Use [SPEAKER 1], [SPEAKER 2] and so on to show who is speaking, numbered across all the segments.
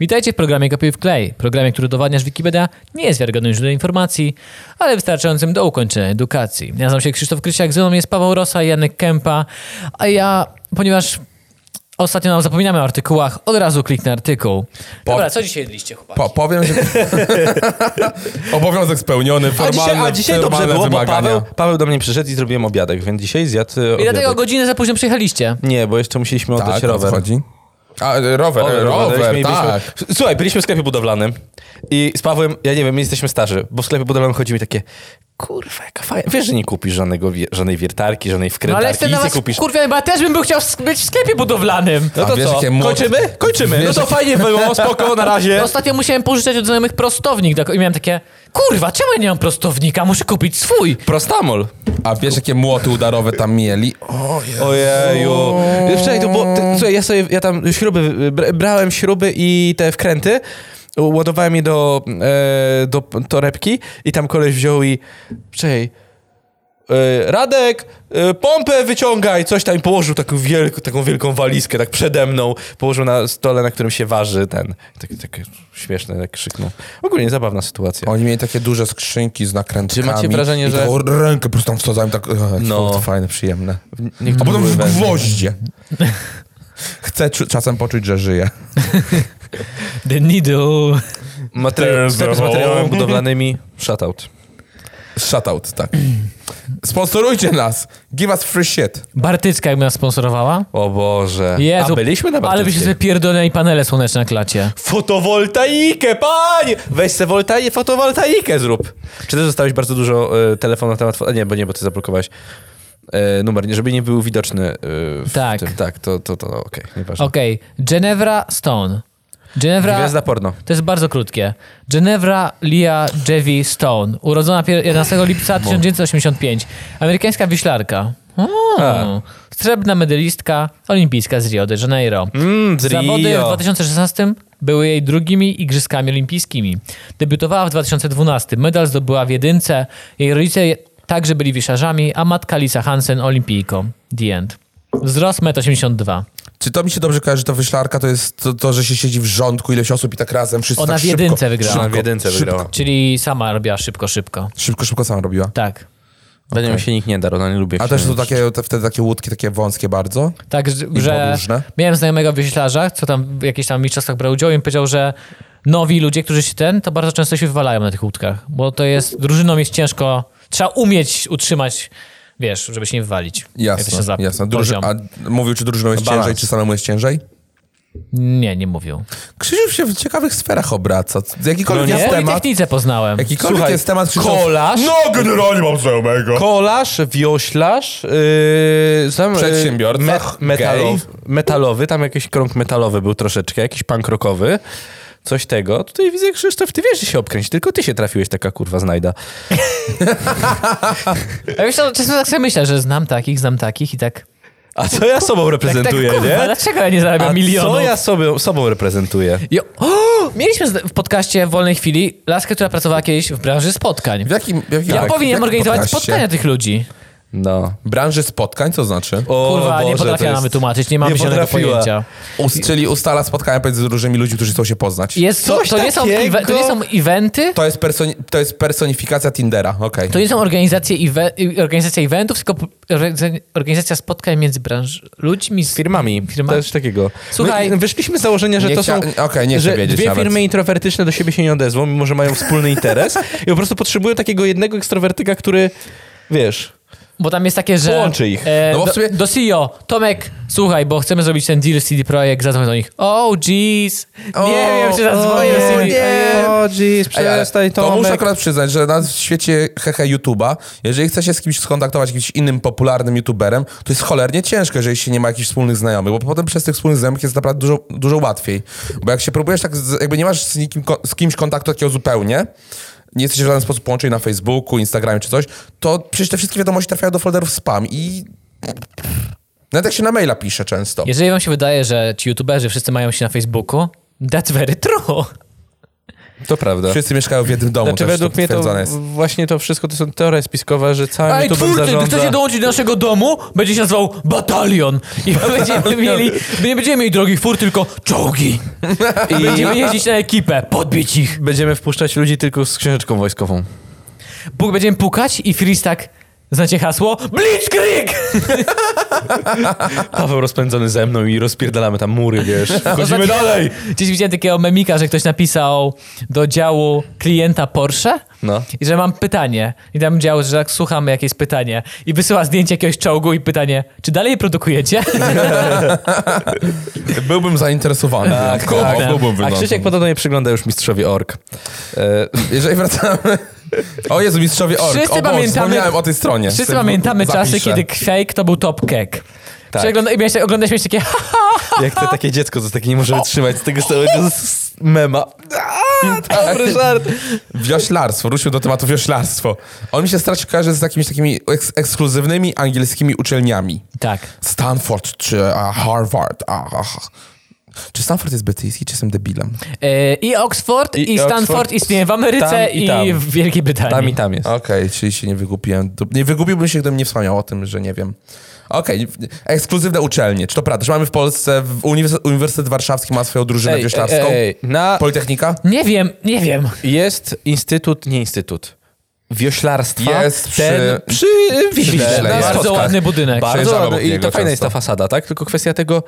[SPEAKER 1] Witajcie w programie Kopiuj w klej, programie, który udowadnia, że Wikipedia nie jest wiarygodnym źródłem informacji, ale wystarczającym do ukończenia edukacji. Ja nazywam się Krzysztof Krysiak, ze mną jest Paweł Rosa i Janek Kępa, a ja, ponieważ ostatnio nam zapominamy o artykułach, od razu kliknę artykuł. Dobra, co dzisiaj jedliście, chłopaki?
[SPEAKER 2] Po, powiem, że... Obowiązek spełniony, formalne,
[SPEAKER 3] a dzisiaj, a dzisiaj dobrze
[SPEAKER 2] formalne
[SPEAKER 3] było, bo
[SPEAKER 2] wymagania.
[SPEAKER 3] Paweł, Paweł do mnie przyszedł i zrobiłem obiadek, więc dzisiaj zjadł e,
[SPEAKER 1] I dlatego
[SPEAKER 3] obiadek.
[SPEAKER 1] godzinę za późno przyjechaliście.
[SPEAKER 3] Nie, bo jeszcze musieliśmy oddać
[SPEAKER 2] tak, o co
[SPEAKER 3] rower.
[SPEAKER 2] chodzi? A, e, rower,
[SPEAKER 3] O,
[SPEAKER 2] rower,
[SPEAKER 3] daliśmy i
[SPEAKER 2] tak.
[SPEAKER 3] byliśmy- Słuchaj, byliśmy w sklepie budowlanym i z Pawłem, ja nie wiem, my jesteśmy starzy, bo w sklepie budowlanym chodzi mi takie, kurwa, jaka fajna. Wiesz, że nie kupisz żadnego, wie- żadnej wiertarki,
[SPEAKER 1] No
[SPEAKER 3] żadnej
[SPEAKER 1] ale
[SPEAKER 3] wkrętarki,
[SPEAKER 1] jestem na
[SPEAKER 3] nic nie
[SPEAKER 1] was,
[SPEAKER 3] tak, kupisz.
[SPEAKER 1] kurwa, bo ja też bym był chciał sk- być w sklepie budowlanym.
[SPEAKER 3] No
[SPEAKER 2] A
[SPEAKER 3] to
[SPEAKER 2] wiesz,
[SPEAKER 3] co,
[SPEAKER 2] jakie młot-
[SPEAKER 3] kończymy? Kończymy, no
[SPEAKER 2] Wiesz,
[SPEAKER 3] to
[SPEAKER 2] jakie-
[SPEAKER 3] fajnie było, spoko, na razie.
[SPEAKER 1] No Ostatnio musiałem pożyczać od znajomych prostownik tak- i miałem takie, kurwa, czemu ja nie mam prostownika, muszę kupić swój.
[SPEAKER 3] Prostamol.
[SPEAKER 2] A wiesz, jakie młoty udarowe tam mieli? O, Jezu.
[SPEAKER 3] Ojeju. Wczoraj to było. Ty, słuchaj, ja sobie ja tam śruby br- brałem śruby i te wkręty. Ładowałem je do, e, do p- torebki i tam koleś wziął i. Czekaj. E, Radek, e, pompę wyciągaj, coś tam i położył taką, wielką, taką wielką walizkę, tak przede mną, położył na stole, na którym się waży ten, tak, tak śmieszny, tak krzyknął. Ogólnie zabawna sytuacja.
[SPEAKER 2] Oni mieli takie duże skrzynki z nakrętkami.
[SPEAKER 3] Czy macie wrażenie,
[SPEAKER 2] i
[SPEAKER 3] że-
[SPEAKER 2] taką rękę po prostu tam wsadzałem, tak... No.
[SPEAKER 3] No.
[SPEAKER 2] To fajne, przyjemne.
[SPEAKER 3] Niektórzy
[SPEAKER 2] A potem
[SPEAKER 3] były
[SPEAKER 2] w
[SPEAKER 3] węże.
[SPEAKER 2] gwoździe. Chcę czu- czasem poczuć, że żyję.
[SPEAKER 1] The needle.
[SPEAKER 3] Materi- sklep z materiałami budowlanymi, shutout.
[SPEAKER 2] Shutout, tak. Sponsorujcie nas! Give us free shit.
[SPEAKER 1] Bartycka jakby nas sponsorowała.
[SPEAKER 3] O Boże.
[SPEAKER 1] Jezu,
[SPEAKER 3] A byliśmy na
[SPEAKER 1] Ale byśmy
[SPEAKER 3] Bałtyckiej.
[SPEAKER 1] sobie pierdoleni panele słoneczne na klacie.
[SPEAKER 3] Fotowoltaikę, panie! Weź se woltai- fotowoltaikę zrób. Czy ty dostałeś bardzo dużo e, telefonu na temat... fo- A nie, bo nie, bo ty zablokowałeś e, numer, nie, żeby nie był widoczny e, w
[SPEAKER 1] Tak.
[SPEAKER 3] tym. Tak, to, to, to okej, nieważne.
[SPEAKER 1] Okej, Ginevra Stone. Ginevra...
[SPEAKER 3] Gwiazda porno.
[SPEAKER 1] To jest bardzo krótkie. Ginevra Lia Jevi Stone. Urodzona pier- 11 lipca 1985. Amerykańska wiślarka. O,
[SPEAKER 3] A.
[SPEAKER 1] srebrna medalistka olimpijska z Rio de Janeiro.
[SPEAKER 3] Mm, z
[SPEAKER 1] Zawody w
[SPEAKER 3] Rio.
[SPEAKER 1] 2016 były jej drugimi igrzyskami olimpijskimi. Debiutowała w 2012. Medal zdobyła w jedynce. Jej rodzice je- także byli wiszarzami, a matka Lisa Hansen olimpijką. The end. Wzrost 1,82 m.
[SPEAKER 2] Czy to mi się dobrze kojarzy, że ta wyślarka to jest to, to, że się siedzi w rządku ileś osób i tak razem wszyscy
[SPEAKER 1] Ona
[SPEAKER 2] tak
[SPEAKER 1] w
[SPEAKER 2] szybko,
[SPEAKER 1] jedynce wygrała.
[SPEAKER 2] szybko,
[SPEAKER 3] Ona w jedynce
[SPEAKER 2] szybko,
[SPEAKER 3] wygrała.
[SPEAKER 1] Czyli sama robiła szybko, szybko.
[SPEAKER 2] Szybko, szybko sama robiła.
[SPEAKER 1] Tak.
[SPEAKER 3] Za nią się nikt nie darł, ona nie lubi.
[SPEAKER 2] A
[SPEAKER 3] się
[SPEAKER 2] też są
[SPEAKER 3] mówić.
[SPEAKER 2] takie, te, wtedy takie łódki, takie wąskie bardzo.
[SPEAKER 1] Tak, że- że
[SPEAKER 2] podróżne?
[SPEAKER 1] miałem znajomego wyślarza, co tam w jakichś tam mistrzostwach brał udział i mi powiedział, że nowi ludzie, którzy się ten, to bardzo często się wywalają na tych łódkach, bo to jest, drużyną jest ciężko, trzeba umieć utrzymać, wiesz, żeby się nie wywalić. Jak to się
[SPEAKER 2] Jasne,
[SPEAKER 1] za-
[SPEAKER 2] jasne. Druży,
[SPEAKER 1] poziom.
[SPEAKER 2] a mówił, czy drużyną jest
[SPEAKER 3] Balans.
[SPEAKER 2] ciężej, czy samemu jest ciężej?
[SPEAKER 1] Nie, nie mówił.
[SPEAKER 2] Krzyżów się w ciekawych sferach obraca. C-
[SPEAKER 3] No
[SPEAKER 2] Jakikolwiek
[SPEAKER 3] nie?
[SPEAKER 2] jest
[SPEAKER 1] W
[SPEAKER 2] temat...
[SPEAKER 1] Politechnice poznałem.
[SPEAKER 2] Jakikolwiek
[SPEAKER 3] Słuchaj,
[SPEAKER 2] jest temat Krzysztof...
[SPEAKER 3] kolarz?
[SPEAKER 2] No, generalnie mam znajomego.
[SPEAKER 3] Kolarz, wioślarz, yy, sam, yy,
[SPEAKER 2] Przedsiębiorca,
[SPEAKER 3] metalow,
[SPEAKER 2] gej.
[SPEAKER 3] metalowy, tam jakiś krąg metalowy był troszeczkę, jakiś punk rockowy, coś tego. Tutaj widzę, Krzysztof, ty wiesz, że się obkręci, tylko ty się trafiłeś, taka kurwa znajda.
[SPEAKER 1] A wiesz, to, czasem tak sobie myślę, że znam takich, znam takich i tak...
[SPEAKER 3] A co ja sobą
[SPEAKER 1] Tak, tak,
[SPEAKER 3] reprezentuję,
[SPEAKER 1] kurwa,
[SPEAKER 3] nie?
[SPEAKER 1] dlaczego ja nie zarabiam
[SPEAKER 3] A
[SPEAKER 1] milionów?
[SPEAKER 3] co ja sobie, sobą reprezentuję?
[SPEAKER 1] Jo- o, mieliśmy zda- w podcaście w wolnej chwili laskę, która pracowała kiedyś w branży spotkań.
[SPEAKER 2] W jakim... W jakim
[SPEAKER 1] Ja
[SPEAKER 2] tak, w
[SPEAKER 1] powinienem
[SPEAKER 2] jakim
[SPEAKER 1] organizować
[SPEAKER 2] podcaście?
[SPEAKER 1] spotkania tych ludzi.
[SPEAKER 3] No.
[SPEAKER 2] Branży spotkań, co znaczy?
[SPEAKER 3] O,
[SPEAKER 1] Kurwa, nie
[SPEAKER 3] Boże,
[SPEAKER 1] potrafiła
[SPEAKER 3] to jest-
[SPEAKER 1] nam wytłumaczyć, nie mamy
[SPEAKER 3] nie
[SPEAKER 1] zielonego
[SPEAKER 3] potrafiła.
[SPEAKER 1] pojęcia.
[SPEAKER 2] Ust- czyli ustala spotkania pomiędzy różnymi ludźmi, którzy chcą się poznać.
[SPEAKER 1] Jest, to,
[SPEAKER 3] Coś
[SPEAKER 1] to, nie są
[SPEAKER 3] takiego.
[SPEAKER 1] iwe- to nie są eventy,
[SPEAKER 2] To jest, personi- to jest personifikacja Tindera, okej.
[SPEAKER 1] to nie są organizacje, iwe- i- organizacja eventów, tylko p- orga- organizacja spotkań między branż ludźmi. Z...
[SPEAKER 3] firmami.
[SPEAKER 1] Firmami.
[SPEAKER 3] Też takiego.
[SPEAKER 1] Słuchaj-
[SPEAKER 3] My wyszliśmy z założenia, że
[SPEAKER 2] Nie
[SPEAKER 3] to
[SPEAKER 2] chcia-
[SPEAKER 3] są.
[SPEAKER 2] okej, nie chcę
[SPEAKER 3] że
[SPEAKER 2] wiedzieć
[SPEAKER 3] Dwie
[SPEAKER 2] nawet.
[SPEAKER 3] firmy introwertyczne do siebie się nie odezwą, mimo że mają wspólny interes. I po prostu potrzebują takiego jednego ekstrawertyka, który. Wiesz.
[SPEAKER 1] Bo tam jest takie, że...
[SPEAKER 3] Połączy ich.
[SPEAKER 1] E,
[SPEAKER 2] No bo w
[SPEAKER 1] do,
[SPEAKER 2] sumie-
[SPEAKER 1] do CEO, Tomek, słuchaj, bo chcemy zrobić ten deal CD Projekt, zadzwoń do nich. Oh, jeez, nie
[SPEAKER 2] O,
[SPEAKER 1] wiem, czy zadzwonię
[SPEAKER 2] ojej,
[SPEAKER 1] do
[SPEAKER 2] nie.
[SPEAKER 1] CD.
[SPEAKER 3] O, jeez,
[SPEAKER 2] Ej, ale
[SPEAKER 3] przestań
[SPEAKER 2] to
[SPEAKER 3] Tomek.
[SPEAKER 2] muszę akurat przyznać, że na w świecie hehe YouTube'a, jeżeli chce się z kimś skontaktować, jakimś innym popularnym YouTuberem, to jest cholernie ciężko, jeżeli się nie ma jakichś wspólnych znajomych, bo potem przez tych wspólnych znajomych jest naprawdę dużo, dużo łatwiej. Bo jak się próbujesz tak, z, jakby nie masz z, nikim, ko- z kimś kontaktu takiego zupełnie, nie jesteś w żaden sposób połączeni na Facebooku, Instagramie czy coś, to przecież te wszystkie wiadomości trafiają do folderów spam i... Nawet jak się na maila pisze często.
[SPEAKER 1] Jeżeli wam się wydaje, że ci youtuberzy wszyscy mają się na Facebooku, that's very true.
[SPEAKER 3] To prawda.
[SPEAKER 2] Wszyscy mieszkają w jednym domu.
[SPEAKER 3] Znaczy
[SPEAKER 2] też,
[SPEAKER 3] według
[SPEAKER 2] to
[SPEAKER 3] mnie to
[SPEAKER 2] potwierdzone jest.
[SPEAKER 3] właśnie to wszystko to są teorie spiskowe, że całym
[SPEAKER 1] Ej,
[SPEAKER 3] YouTube'em
[SPEAKER 1] twórcy, gdy
[SPEAKER 3] zarządza...
[SPEAKER 1] chcecie dołączyć do naszego domu, będzie się nazywał Batalion. I będziemy mieli, nie będziemy mieli drogich fur, tylko czołgi. I będziemy jeździć na ekipę, podbić ich.
[SPEAKER 3] Będziemy wpuszczać ludzi tylko z książeczką wojskową.
[SPEAKER 1] Bóg będziemy pukać i Freeze tak, znacie hasło? Blitzkrieg!
[SPEAKER 3] Paweł rozpędzony ze mną i rozpierdalamy tam mury, wiesz. Wchodzimy
[SPEAKER 1] Ostatnio-
[SPEAKER 3] dalej!
[SPEAKER 1] Gdzieś widziałem takiego memika, że ktoś napisał do działu klienta Porsche
[SPEAKER 3] No.
[SPEAKER 1] i że mam pytanie. I tam dział, że tak słuchamy jakieś pytanie i wysyła zdjęcie jakiegoś czołgu i pytanie, czy dalej je produkujecie?
[SPEAKER 2] Byłbym zainteresowany. Tak,
[SPEAKER 1] tak.
[SPEAKER 2] Byłbym
[SPEAKER 3] A
[SPEAKER 2] wyglądem.
[SPEAKER 3] Krzysiek podobno nie przygląda już mistrzowi ork. E,
[SPEAKER 2] Jeżeli wracamy... O Jezu, Mistrzowie Ork.
[SPEAKER 1] Wszyscy
[SPEAKER 2] o Boże,
[SPEAKER 1] pamiętamy-
[SPEAKER 2] Wspomniałem o tej stronie.
[SPEAKER 1] Wszyscy
[SPEAKER 2] Sobie
[SPEAKER 1] pamiętamy czasy,
[SPEAKER 2] zapiszę.
[SPEAKER 1] kiedy fake to był top cake.
[SPEAKER 3] Tak.
[SPEAKER 1] Przegląda, i miałeś, oglądałeś miałeś takie
[SPEAKER 3] jak to takie dziecko, co takie nie może wytrzymać z tego całego z- z- mema. A, to dobry żart.
[SPEAKER 2] Wioślarstwo, wróćmy do tematu wioślarstwo. On mi się strasznie kojarzy z jakimiś takimi eks ekskluzywnymi angielskimi uczelniami.
[SPEAKER 1] Tak.
[SPEAKER 2] Stanford czy a, Harvard. A, a, a. Czy Stanford jest brytyjski, czy jestem debilem?
[SPEAKER 1] E, I Oxford, i,
[SPEAKER 3] I
[SPEAKER 1] Stanford
[SPEAKER 3] Oxford.
[SPEAKER 1] istnieje w Ameryce
[SPEAKER 3] Tam i
[SPEAKER 1] i,
[SPEAKER 3] tam.
[SPEAKER 1] w Wielkiej Brytanii.
[SPEAKER 3] Tam i tam jest.
[SPEAKER 2] Okej, czyli się nie wygupiłem. Tu- Nie wygubiłbym się, gdybym nie wspomniał o tym, że nie wiem. Okej, ekskluzywne uczelnie. Czy to prawda? Czy mamy w Polsce, w uniwers- Uniwersytet Warszawski ma swoją drużynę wioślarską?
[SPEAKER 3] na,
[SPEAKER 2] Politechnika?
[SPEAKER 1] Nie wiem, nie wiem.
[SPEAKER 3] jest instytut, nie instytut, wioślarstwa.
[SPEAKER 2] Jest
[SPEAKER 3] ten
[SPEAKER 2] przy-
[SPEAKER 3] przy Wiśle.
[SPEAKER 2] Wiśle
[SPEAKER 3] na
[SPEAKER 2] jest.
[SPEAKER 1] Bardzo
[SPEAKER 3] Schodkach.
[SPEAKER 1] ładny budynek.
[SPEAKER 2] Ba-
[SPEAKER 3] Bardzo
[SPEAKER 2] Przejeżdżam
[SPEAKER 3] ładny.
[SPEAKER 2] obok
[SPEAKER 3] I to
[SPEAKER 2] niego
[SPEAKER 3] fajna jest ta
[SPEAKER 2] często.
[SPEAKER 3] fasada, tak? Tylko kwestia tego,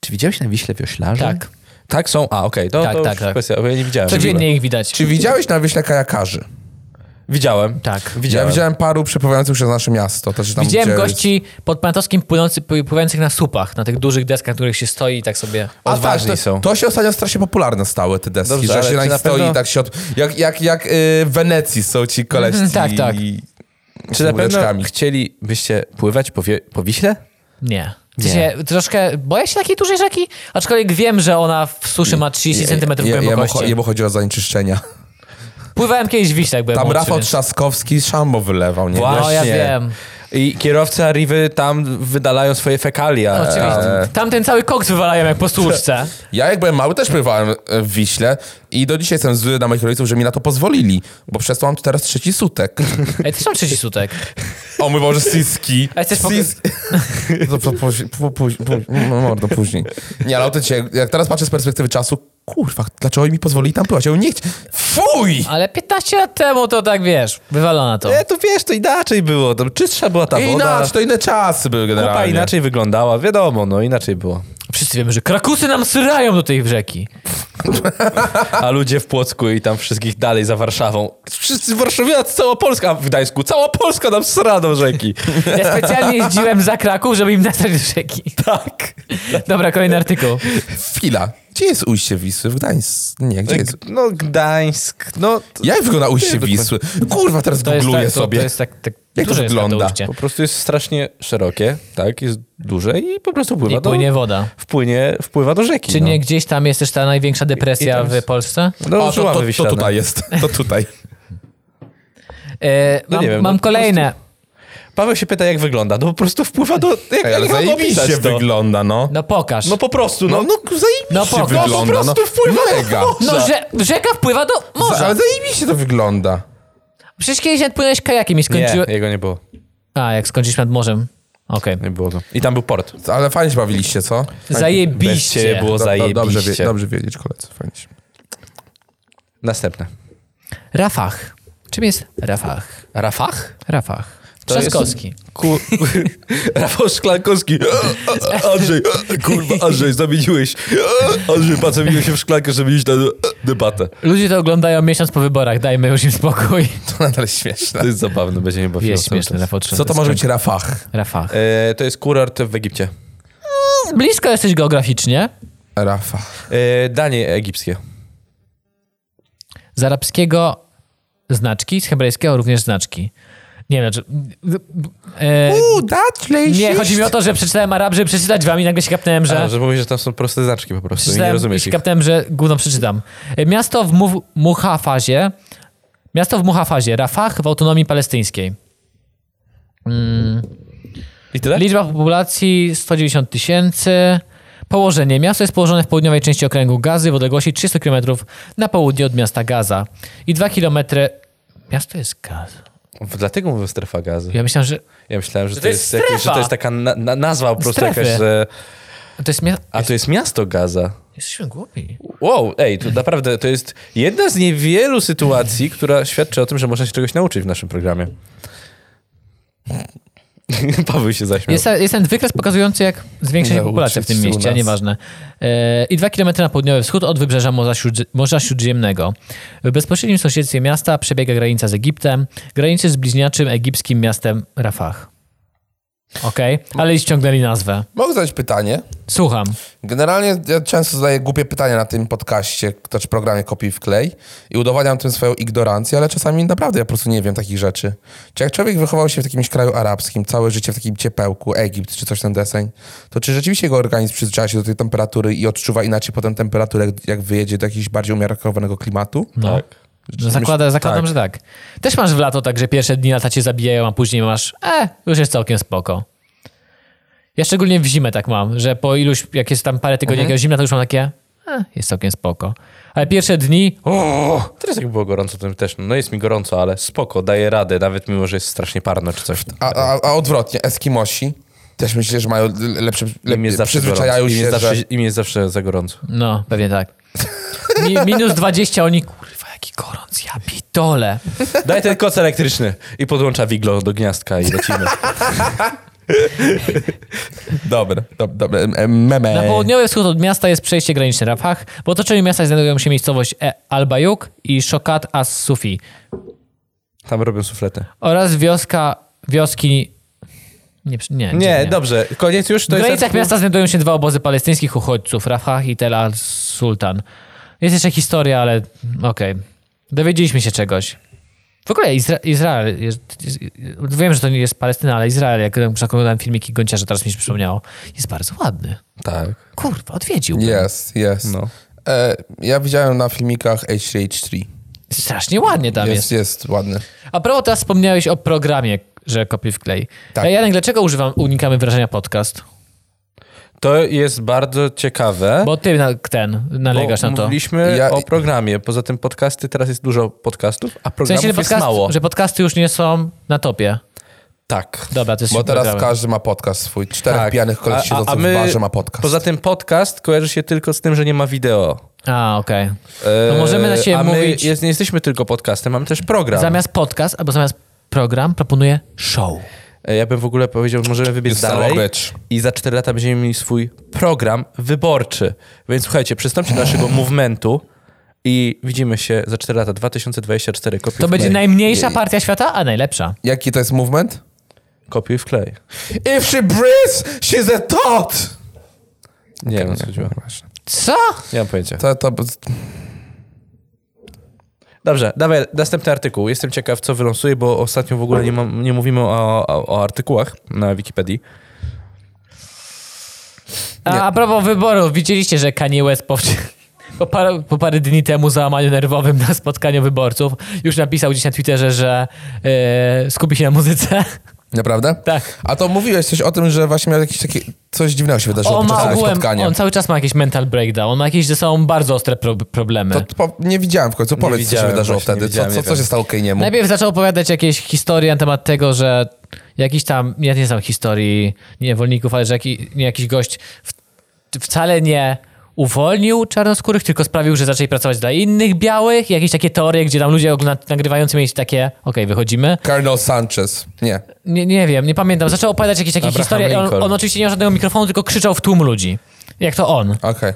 [SPEAKER 3] czy widziałeś na Wiśle wioślarzy?
[SPEAKER 1] Tak.
[SPEAKER 3] Tak są? A, okej, to,
[SPEAKER 1] Tak,
[SPEAKER 3] to
[SPEAKER 1] tak,
[SPEAKER 3] już
[SPEAKER 1] tak.
[SPEAKER 3] kwestia, bo ja nie widziałem.
[SPEAKER 1] Codziennie ich widać.
[SPEAKER 2] Czy widziałeś na wyśle kajakarzy?
[SPEAKER 3] Widziałem.
[SPEAKER 1] Tak.
[SPEAKER 3] Widziałem.
[SPEAKER 2] Ja widziałem paru przepływających przez nasze miasto. To, czy tam
[SPEAKER 1] Widziałem
[SPEAKER 2] gdzie-
[SPEAKER 1] gości pod Panatowskim płynący, pływających na supach, na tych dużych deskach, na których się stoi i tak sobie...
[SPEAKER 2] A
[SPEAKER 3] Odważni
[SPEAKER 2] tak, to,
[SPEAKER 3] są.
[SPEAKER 2] To się ostatnio strasznie popularne stały, te deski,
[SPEAKER 3] Dobrze, ale
[SPEAKER 2] że się na
[SPEAKER 3] czy
[SPEAKER 2] nich
[SPEAKER 3] na
[SPEAKER 2] stoi
[SPEAKER 3] pewno-
[SPEAKER 2] i tak się od... Jak, jak, jak y, w Wenecji są ci koleści.
[SPEAKER 1] Mhm, tak, tak.
[SPEAKER 2] I...
[SPEAKER 3] Czy na pewno
[SPEAKER 2] Łódeczkami.
[SPEAKER 3] chcielibyście pływać po, wie, po Wiśle?
[SPEAKER 1] Nie. W sensie, troszkę boję się takiej dużej rzeki, aczkolwiek wiem, że ona w suszy ma 30 centymetrów
[SPEAKER 2] Je- jemu,
[SPEAKER 1] głębokości.
[SPEAKER 2] cho- jemu chodzi o zanieczyszczenia.
[SPEAKER 1] Pływałem kiedyś w Wiśle, jak byłem
[SPEAKER 2] Tam
[SPEAKER 1] młodszy,
[SPEAKER 2] Rafał
[SPEAKER 1] więc-
[SPEAKER 2] Trzaskowski szambo wylewał, nie?
[SPEAKER 3] Wow.
[SPEAKER 1] No, ja
[SPEAKER 3] Właśnie.
[SPEAKER 1] wiem.
[SPEAKER 3] I kierowca Riwy tam wydalają swoje fekalia. E,
[SPEAKER 1] Oczywiście. Tam ten cały koks wywalają jak po stłuczce.
[SPEAKER 2] Ja jak byłem mały też pływałem e, w Wiśle i do dzisiaj jestem zły na moich rodziców, że mi na to pozwolili, bo przez to mam tu teraz trzeci sutek.
[SPEAKER 1] Ej, też mam trzeci sutek.
[SPEAKER 2] O mój Boże, siski.
[SPEAKER 1] A jesteś pok-
[SPEAKER 2] Sis- To po- później, po- później, później, no mordo, później. Nie, ale autentycznie, jak teraz patrzę z perspektywy czasu, kurwa, dlaczego mi pozwolili tam pływać? Ja bym nie chci- Fuj!
[SPEAKER 1] Ale 15 lat temu to tak, wiesz, wywalona to.
[SPEAKER 3] Nie, E, to wiesz, to inaczej było. To czystsza była ta
[SPEAKER 2] I
[SPEAKER 3] woda.
[SPEAKER 2] inaczej, to inne czasy były generalnie.
[SPEAKER 3] Kupa inaczej wyglądała, wiadomo, no inaczej było.
[SPEAKER 1] Wszyscy wiemy, że krakusy nam syrają do tej rzeki.
[SPEAKER 3] A ludzie w Płocku i tam wszystkich dalej za Warszawą. Wszyscy warszawiacy, cała Polska, a w Gdańsku, cała Polska nam sradą rzeki.
[SPEAKER 1] Ja specjalnie jeździłem za Kraków, żeby im nasrać do rzeki. Tak. Dobra, kolejny artykuł.
[SPEAKER 2] Chwila. Gdzie jest ujście Wisły? W Gdańsku? Nie, gdzie jest?
[SPEAKER 3] No Gdańsk, no to
[SPEAKER 2] Jak wygląda ujście Wisły? Kurwa, teraz
[SPEAKER 1] To jest,
[SPEAKER 2] googluję
[SPEAKER 1] tak, to,
[SPEAKER 2] sobie.
[SPEAKER 1] to jest tak, tak
[SPEAKER 2] Jak to
[SPEAKER 1] duże jest
[SPEAKER 2] wygląda?
[SPEAKER 1] ujście.
[SPEAKER 3] po prostu jest strasznie szerokie, tak, jest duże i po prostu pływa
[SPEAKER 1] I
[SPEAKER 3] do...
[SPEAKER 1] płynie woda.
[SPEAKER 3] Wpłynie, wpływa do rzeki.
[SPEAKER 1] Czy
[SPEAKER 3] no.
[SPEAKER 1] nie gdzieś tam jest też ta największa depresja
[SPEAKER 3] I- i tam
[SPEAKER 1] w
[SPEAKER 3] jest-
[SPEAKER 1] Polsce?
[SPEAKER 3] No,
[SPEAKER 2] o, to, to, to tutaj jest. To tutaj.
[SPEAKER 1] E,
[SPEAKER 3] No
[SPEAKER 1] mam
[SPEAKER 3] nie wiem, no
[SPEAKER 1] mam
[SPEAKER 3] po prostu-
[SPEAKER 1] kolejne.
[SPEAKER 3] Paweł się pyta, jak wygląda. No po prostu wpływa do... Jak,
[SPEAKER 2] Ej, ale
[SPEAKER 3] jak mam
[SPEAKER 2] zajebiście
[SPEAKER 3] opisać to?
[SPEAKER 2] wygląda, no.
[SPEAKER 1] No pokaż.
[SPEAKER 3] No po prostu, no.
[SPEAKER 2] No, no zajebiście
[SPEAKER 1] No po- no po
[SPEAKER 2] wygląda.
[SPEAKER 3] prostu wpływa do
[SPEAKER 2] Mega.
[SPEAKER 1] No, że, rzeka wpływa do morza.
[SPEAKER 2] Ale zajebiście to wygląda.
[SPEAKER 1] Przecież kiedyś nawet płynąłeś kajakiem i skończyłeś...
[SPEAKER 3] Nie, jego nie było.
[SPEAKER 1] A, jak skończyłeś nad morzem. Okej.
[SPEAKER 3] Nie było go. I tam był port.
[SPEAKER 2] Ale fajnie się bawiliście, co?
[SPEAKER 3] Bez
[SPEAKER 1] Zajebiście.
[SPEAKER 3] ciebie było
[SPEAKER 2] Do- do-
[SPEAKER 3] zajebiście.
[SPEAKER 2] Dobrze, wie, dobrze wiedzieć, koledzy. Fajnie. się-
[SPEAKER 3] Następne.
[SPEAKER 1] Rafach. Czym jest Rafach?
[SPEAKER 3] Rafach?
[SPEAKER 1] Rafach.
[SPEAKER 3] To jest-
[SPEAKER 1] Trzaskowski.
[SPEAKER 3] Ku... Rafał Szklankowski. Andrzej, kurwa, Andrzej, zamieniłeś. Andrzej, patrz, zamieniłeś się w szklankę, żeby iść na debatę.
[SPEAKER 1] Ludzie to oglądają miesiąc po wyborach, dajmy już im spokój.
[SPEAKER 2] To nadal śmieszne.
[SPEAKER 3] To jest zabawne, będzie nie bawiło.
[SPEAKER 1] Jest śmieszny Rafał Trzaskowski.
[SPEAKER 2] Co to może być Rafah?
[SPEAKER 1] Rafach.
[SPEAKER 3] E, to jest kurort w Egipcie.
[SPEAKER 1] Blisko jesteś geograficznie.
[SPEAKER 2] Rafa.
[SPEAKER 3] E, danie egipskie.
[SPEAKER 1] Z arabskiego znaczki, z hebrajskiego również znaczki. Nie wiem, czy... E,
[SPEAKER 2] U, that
[SPEAKER 1] nie, chodzi mi o to, że przeczytałem Arab, żeby przeczytać wam i nagle się kapnąłem, że...
[SPEAKER 3] A, że mówisz, że tam są proste znaczki po prostu i nie
[SPEAKER 1] Przeczytałem
[SPEAKER 3] rozumiesz
[SPEAKER 1] i
[SPEAKER 3] ich.
[SPEAKER 1] kapnąłem, że gówno przeczytam. E, Miasto w Mu- Muhafazie. Miasto w Muhafazie. Rafah w autonomii palestyńskiej.
[SPEAKER 3] I tyle?
[SPEAKER 1] Liczba populacji 190 tysięcy. Położenie. Miasto jest położone w południowej części okręgu Gazy w odległości 300 km na południe od miasta Gaza i 2 km... Miasto jest Gaza.
[SPEAKER 3] Dlatego mówię strefa gazy.
[SPEAKER 1] Ja myślałem, że
[SPEAKER 3] Ja myślałem, że to,
[SPEAKER 1] to jest
[SPEAKER 3] jest, jakieś, że
[SPEAKER 1] strefa.
[SPEAKER 3] to jest taka na, na, nazwa po prostu
[SPEAKER 1] Strefy.
[SPEAKER 3] jakaś, że...
[SPEAKER 1] to jest miasto...
[SPEAKER 3] A to jest miasto Gaza.
[SPEAKER 1] Jesteśmy głupi.
[SPEAKER 3] Wow, ej, to naprawdę to jest jedna z niewielu sytuacji, która świadczy o tym, że można się czegoś nauczyć w naszym programie. Paweł się zaśmiał.
[SPEAKER 1] Jest, jest ten wykres pokazujący, jak zwiększa się
[SPEAKER 3] Nauczyć
[SPEAKER 1] populacja w tym
[SPEAKER 3] się Tak. No, u
[SPEAKER 1] mieście, a
[SPEAKER 3] nas.
[SPEAKER 1] nieważne. E, I dwa kilometry na południowy wschód od wybrzeża Morza, Śródzi- Morza Śródziemnego. W bezpośrednim sąsiedztwie miasta przebiega granica z Egiptem, granicy z bliźniaczym egipskim miastem Rafah. Okej, ale i ściągnęli nazwę.
[SPEAKER 2] Mogę zadać pytanie?
[SPEAKER 1] Słucham.
[SPEAKER 2] Generalnie ja często zadaję głupie pytania na tym podcaście, to czy programie kopiuj w klej i udowadniam tym swoją ignorancję, ale czasami naprawdę ja po prostu nie wiem takich rzeczy. Czy jak człowiek wychował się w jakimś kraju arabskim, całe życie w takim ciepełku, Egipt czy coś ten deseń, to czy rzeczywiście jego organizm przyzwyczaja się do tej temperatury i odczuwa inaczej potem temperaturę, jak- jak wyjedzie do jakiegoś bardziej umiarkowanego klimatu?
[SPEAKER 1] No. No, zakłada,
[SPEAKER 2] Tak. Myśl-
[SPEAKER 1] zakładam,
[SPEAKER 2] tak.
[SPEAKER 1] że tak. Też masz w lato tak, że pierwsze dni lata cię zabijają, a później masz, e, już jest całkiem spoko. Ja szczególnie w zimę tak mam, że po iluś, jak jest tam parę tygodni
[SPEAKER 2] Mhm.
[SPEAKER 1] jakiegoś zimna, to już mam takie, e, jest całkiem spoko. Ale pierwsze dni,
[SPEAKER 3] O, teraz jak było gorąco, to też, no jest mi gorąco, ale spoko, daję radę, nawet mimo, że jest strasznie parno czy coś.
[SPEAKER 2] A, a, a odwrotnie, Eskimosi też myślę, że mają lepsze,
[SPEAKER 3] Im jest
[SPEAKER 2] lepsze
[SPEAKER 3] zawsze gorąco.
[SPEAKER 2] przyzwyczajają
[SPEAKER 3] Im
[SPEAKER 2] się,
[SPEAKER 3] jest zawsze,
[SPEAKER 2] że...
[SPEAKER 3] im jest zawsze za gorąco.
[SPEAKER 1] no, pewnie tak. Mi, minus 20, oni, kurwa, jaki gorąc, ja pitole.
[SPEAKER 3] Daj ten koc elektryczny i podłącza wiglo do gniazdka i lecimy.
[SPEAKER 2] Dobra, dobra, dobra, em, meme.
[SPEAKER 1] Na południowy wschód od miasta jest przejście graniczne Rafah. W otoczeniu miasta znajdują się miejscowość e Al-Bajuk i Shokat As-Sufi.
[SPEAKER 3] Tam robią sufletę.
[SPEAKER 1] oraz wioska, wioski... Nie, przy- nie,
[SPEAKER 3] Nie, dobrze, koniec już.
[SPEAKER 1] W
[SPEAKER 3] To jest
[SPEAKER 1] granicach
[SPEAKER 3] artykuł-
[SPEAKER 1] miasta znajdują się dwa obozy palestyńskich uchodźców, Rafah i Tel al-Sultan. Jest jeszcze historia, ale okej. Dowiedzieliśmy się czegoś. W ogóle Izra- Izrael, jest, jest, wiem, że to nie jest Palestyna, ale Izrael, jak przekonałem filmiki Gonciarza, teraz mi się przypomniało, jest bardzo ładny.
[SPEAKER 3] Tak,
[SPEAKER 1] Kurwa, odwiedził.
[SPEAKER 2] Jest, jest.
[SPEAKER 3] no.
[SPEAKER 2] E, ja widziałem na filmikach H3H3.
[SPEAKER 1] Strasznie ładnie tam jest.
[SPEAKER 2] Jest, jest ładny.
[SPEAKER 1] A propos, teraz wspomniałeś o programie, że kopiuj w klej.
[SPEAKER 2] Tak.
[SPEAKER 1] Ej, Janek, dlaczego używam, unikamy wyrażenia podcast?
[SPEAKER 3] To jest bardzo ciekawe.
[SPEAKER 1] Bo ty na, ten, nalegasz na to.
[SPEAKER 3] Mówiliśmy
[SPEAKER 2] Ja-
[SPEAKER 3] o programie. Poza tym podcasty, teraz jest dużo podcastów, a
[SPEAKER 1] W
[SPEAKER 3] programów
[SPEAKER 1] sensie, że, podcast,
[SPEAKER 3] jest mało.
[SPEAKER 1] że podcasty już nie są na topie.
[SPEAKER 3] Tak.
[SPEAKER 1] Dobra, to jest
[SPEAKER 2] Bo teraz
[SPEAKER 1] program.
[SPEAKER 2] każdy ma podcast swój. Czterech
[SPEAKER 3] Tak.
[SPEAKER 2] pijanych koleś
[SPEAKER 3] A- a- a
[SPEAKER 2] siedzących w
[SPEAKER 3] my-
[SPEAKER 2] barze ma podcast.
[SPEAKER 3] Poza tym podcast kojarzy się tylko z tym, że nie ma wideo.
[SPEAKER 1] A, okej.
[SPEAKER 3] E,
[SPEAKER 1] To No możemy na siebie
[SPEAKER 3] a my
[SPEAKER 1] mówić-
[SPEAKER 3] Jest, nie jesteśmy tylko podcastem, mamy też program.
[SPEAKER 1] Zamiast podcast albo zamiast program proponuję show.
[SPEAKER 3] E, Ja bym w ogóle powiedział, możemy wybiec
[SPEAKER 2] Jest
[SPEAKER 3] dalej
[SPEAKER 2] zarobecz.
[SPEAKER 3] i za 4 lata będziemy mieli swój program wyborczy. Więc słuchajcie, przystąpcie do naszego movementu i widzimy się za 4 lata, 2024. Kopiuj
[SPEAKER 1] To
[SPEAKER 3] w
[SPEAKER 1] będzie
[SPEAKER 3] klej.
[SPEAKER 1] najmniejsza partia świata, a najlepsza.
[SPEAKER 2] Jaki to jest movement?
[SPEAKER 3] Kopiuj w klej.
[SPEAKER 2] If she breathes, she's a tot!
[SPEAKER 3] Nie wiem, o co chodziło.
[SPEAKER 1] Co?
[SPEAKER 3] Nie mam pojęcia.
[SPEAKER 2] To, to...
[SPEAKER 3] Dobrze, dawaj, następny artykuł. Jestem ciekaw, co wylosuję, bo ostatnio w ogóle nie, mam, nie mówimy o, o, o artykułach na Wikipedii.
[SPEAKER 1] A, a propos wyborów, widzieliście, że Kanye West po, po, paru, po parę dni temu załamaniu nerwowym na spotkaniu wyborców już napisał gdzieś na Twitterze, że yy, skupi się na muzyce.
[SPEAKER 2] Naprawdę?
[SPEAKER 1] Tak.
[SPEAKER 2] A to mówiłeś coś o tym, że właśnie miał jakieś takie... Coś dziwnego się wydarzyło
[SPEAKER 1] On,
[SPEAKER 2] podczas
[SPEAKER 1] ma
[SPEAKER 2] tego
[SPEAKER 1] ogółem,
[SPEAKER 2] spotkania.
[SPEAKER 1] on cały czas ma jakiś mental breakdown, on ma jakieś ze sobą bardzo ostre pro, problemy.
[SPEAKER 2] To, po, nie widziałem w końcu. Powiedz, co się
[SPEAKER 3] widziałem
[SPEAKER 2] wydarzyło
[SPEAKER 3] właśnie, nie
[SPEAKER 2] wtedy. Co,
[SPEAKER 3] widziałem,
[SPEAKER 2] co,
[SPEAKER 3] nie
[SPEAKER 2] co się
[SPEAKER 3] wiem.
[SPEAKER 2] stało Kejniemu?
[SPEAKER 1] Najpierw zaczął opowiadać jakieś historie na temat tego, że jakiś tam, ja nie znam historii niewolników, ale że jaki, nie, jakiś gość w, wcale nie uwolnił czarnoskórych, tylko sprawił, że zaczęli pracować dla innych białych. Jakieś takie teorie, gdzie tam ludzie ogląda, nagrywający mieli takie, okej, wychodzimy.
[SPEAKER 2] Colonel Sanchez. Nie.
[SPEAKER 1] Nie, nie wiem, nie pamiętam. Zaczął opowiadać jakieś takie
[SPEAKER 3] Abraham
[SPEAKER 1] historie. i On,
[SPEAKER 3] Lincoln.
[SPEAKER 1] on oczywiście nie miał żadnego mikrofonu, tylko krzyczał w tłum ludzi. Jak to on.
[SPEAKER 2] Okej.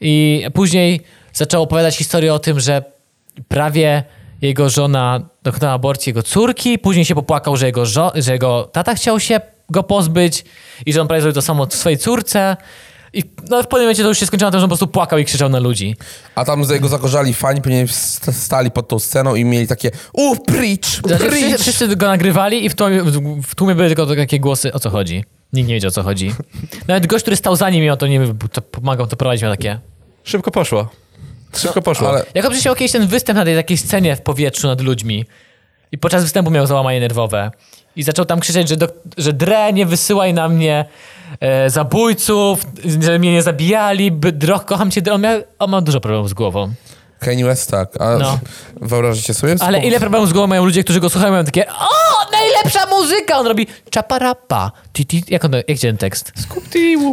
[SPEAKER 1] I później zaczął opowiadać historię o tym, że prawie jego żona dokonała aborcji jego córki, później się popłakał, że jego, żo- że jego tata chciał się go pozbyć i że on prawie zrobił to samo swojej córce. I no, w pewnym momencie to już się skończyło na tym, że on po prostu płakał i krzyczał na ludzi.
[SPEAKER 2] A tam z jego zagorzali fani pewnie st- stali pod tą sceną i mieli takie uff, preach,
[SPEAKER 1] Znaczy, wszyscy,
[SPEAKER 2] preach.
[SPEAKER 1] wszyscy go nagrywali i w tłumie, w- w tłumie były tylko takie głosy, o co chodzi. Nikt nie wiedział, o co chodzi. Nawet gość, który stał za nim i on to nie wiem, to pomagał to prowadzić, miał takie...
[SPEAKER 3] Szybko poszło. Szybko poszło.
[SPEAKER 2] Ale
[SPEAKER 1] Jak przecież miał kiedyś ten występ na tej takiej scenie w powietrzu nad ludźmi i podczas występu miał załamanie nerwowe i zaczął tam krzyczeć, że, dok- że Dre, nie wysyłaj na mnie e, zabójców, że mnie nie zabijali, by, droch, kocham cię, Dre. On, miał, on ma dużo problemów z głową.
[SPEAKER 2] Kanye West tak, a
[SPEAKER 1] No.
[SPEAKER 2] wyobrażacie sobie?
[SPEAKER 1] Ale
[SPEAKER 2] Spoko.
[SPEAKER 1] ile problemów z głową mają ludzie, którzy go słuchają, mają takie o, najlepsza muzyka! On robi czaparapa, ti, ti, jak on, jak ten tekst?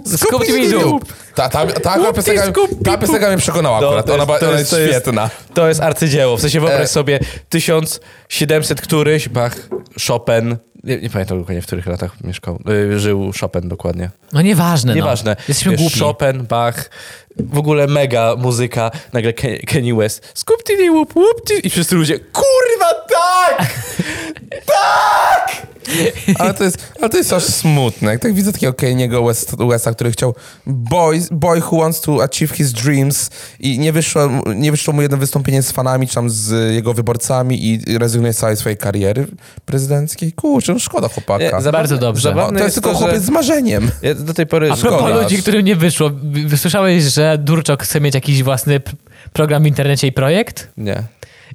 [SPEAKER 1] Scooby-Doo.
[SPEAKER 2] Ta, ta, ta, ta, piosenka, ta piosenka mnie przekonała
[SPEAKER 3] No,
[SPEAKER 2] akurat,
[SPEAKER 3] to
[SPEAKER 2] ona,
[SPEAKER 3] jest-
[SPEAKER 2] ba-
[SPEAKER 3] to
[SPEAKER 2] ona jest,
[SPEAKER 3] jest- to jest-
[SPEAKER 2] świetna.
[SPEAKER 3] To jest arcydzieło. W sensie wyobraź
[SPEAKER 2] E.
[SPEAKER 3] sobie 1700 któryś, Bach, Chopin. Nie, nie pamiętam dokładnie, w których latach mieszkał, y, żył Chopin dokładnie.
[SPEAKER 1] No nieważne,
[SPEAKER 3] Nieważne.
[SPEAKER 1] no. Jesteśmy
[SPEAKER 3] Wiesz,
[SPEAKER 1] głupi.
[SPEAKER 3] Chopin, Bach, w ogóle mega muzyka. Nagle Ke- Kanye West. Skup ty łup, łup ty. I wszyscy ludzie, kurwa, tak!
[SPEAKER 1] Tak!
[SPEAKER 2] Ale to jest, ale to jest aż smutne. Jak tak widzę takiego Kanye'ego West, Westa, który chciał boys, boy who wants to achieve his dreams i nie wyszło, mu- nie wyszło mu jedno wystąpienie z fanami, czy tam z jego wyborcami i rezygnuje z całej swojej kariery prezydenckiej. Kurczę, no szkoda chłopaka.
[SPEAKER 1] za- bardzo dobrze. No,
[SPEAKER 2] O, to jest tylko chłopiec z marzeniem.
[SPEAKER 3] Ja do tej pory...
[SPEAKER 1] A propos
[SPEAKER 2] Zgoda.
[SPEAKER 1] ludzi, którym nie wyszło, wy- wysłyszałeś, że Durczok chce mieć jakiś własny p- program w internecie i projekt?
[SPEAKER 3] Nie.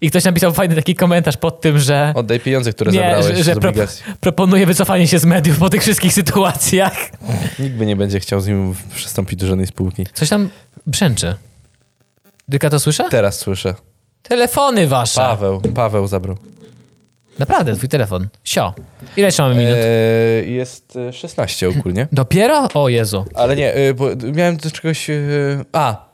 [SPEAKER 1] I ktoś napisał fajny taki komentarz pod tym, że...
[SPEAKER 3] Oddaj pieniądze, które
[SPEAKER 1] Nie,
[SPEAKER 3] zabrałeś
[SPEAKER 1] że, że
[SPEAKER 3] z
[SPEAKER 1] pro,
[SPEAKER 3] obligacji.
[SPEAKER 1] proponuje wycofanie się z mediów po tych wszystkich sytuacjach.
[SPEAKER 3] Nikt by nie będzie chciał z nim przystąpić do żadnej spółki.
[SPEAKER 1] Coś tam brzęczy. Dyka to słyszę?
[SPEAKER 3] Teraz słyszę.
[SPEAKER 1] Tak. Telefony wasze.
[SPEAKER 3] Paweł, Paweł zabrał.
[SPEAKER 1] Naprawdę, twój telefon. Sio. Ile jeszcze mamy minut?
[SPEAKER 3] E, jest e, 16 ogólnie.
[SPEAKER 1] Dopiero? O Jezu.
[SPEAKER 3] Ale nie, e, bo miałem do czegoś... e, A!